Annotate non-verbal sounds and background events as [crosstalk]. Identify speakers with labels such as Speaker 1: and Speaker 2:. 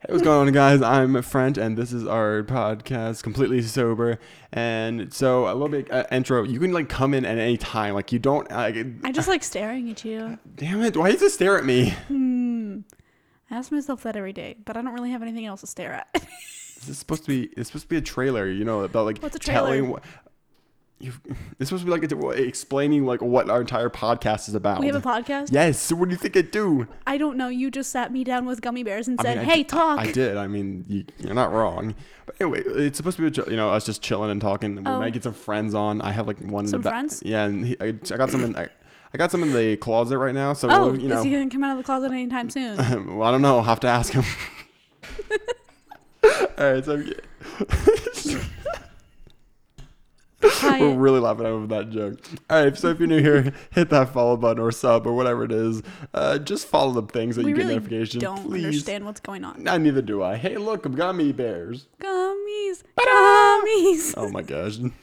Speaker 1: Hey, what's going on, guys? I'm French, and this is our podcast, completely sober. And so, a little bit uh, intro. You can like come in at any time. Like you don't. Like,
Speaker 2: I just like staring at you.
Speaker 1: damn it! Why you just stare at me?
Speaker 2: Hmm. I ask myself that every day, but I don't really have anything else to stare at. [laughs]
Speaker 1: This is supposed to be. It's supposed to be a trailer. You know about like
Speaker 2: What's a trailer?
Speaker 1: telling what. You, it's supposed to be like a, explaining like what our entire podcast is about.
Speaker 2: we have a podcast.
Speaker 1: yes. So what do you think I do?
Speaker 2: I don't know. You just sat me down with gummy bears and
Speaker 1: I
Speaker 2: said,
Speaker 1: mean, I
Speaker 2: "Hey,
Speaker 1: did- I-
Speaker 2: talk."
Speaker 1: I, did. I mean, you, you're not wrong. But anyway, it's supposed to be a, chi- you know us just chilling and talking. We
Speaker 2: Oh.
Speaker 1: might get some friends on. I have like one. in
Speaker 2: Some
Speaker 1: the ba-
Speaker 2: friends?
Speaker 1: Yeah, and he, I, I got some in. I, I got some in the closet right now. So
Speaker 2: oh,
Speaker 1: we'll, you know,
Speaker 2: is he gonna come out of the closet anytime soon?
Speaker 1: [laughs] well, I don't know. I'll have to ask him. [laughs] All right, so we're
Speaker 2: Hi.
Speaker 1: really laughing over that joke. All right, so if you're new here, [laughs] hit that follow button or sub or whatever it is. Uh, just follow the things that
Speaker 2: We
Speaker 1: you get
Speaker 2: really
Speaker 1: notifications.
Speaker 2: don't
Speaker 1: Please.
Speaker 2: understand what's going on.
Speaker 1: Nah, neither do I. Hey, look, gummy bears. [laughs]
Speaker 2: Gummies, gummies.
Speaker 1: Oh my gosh.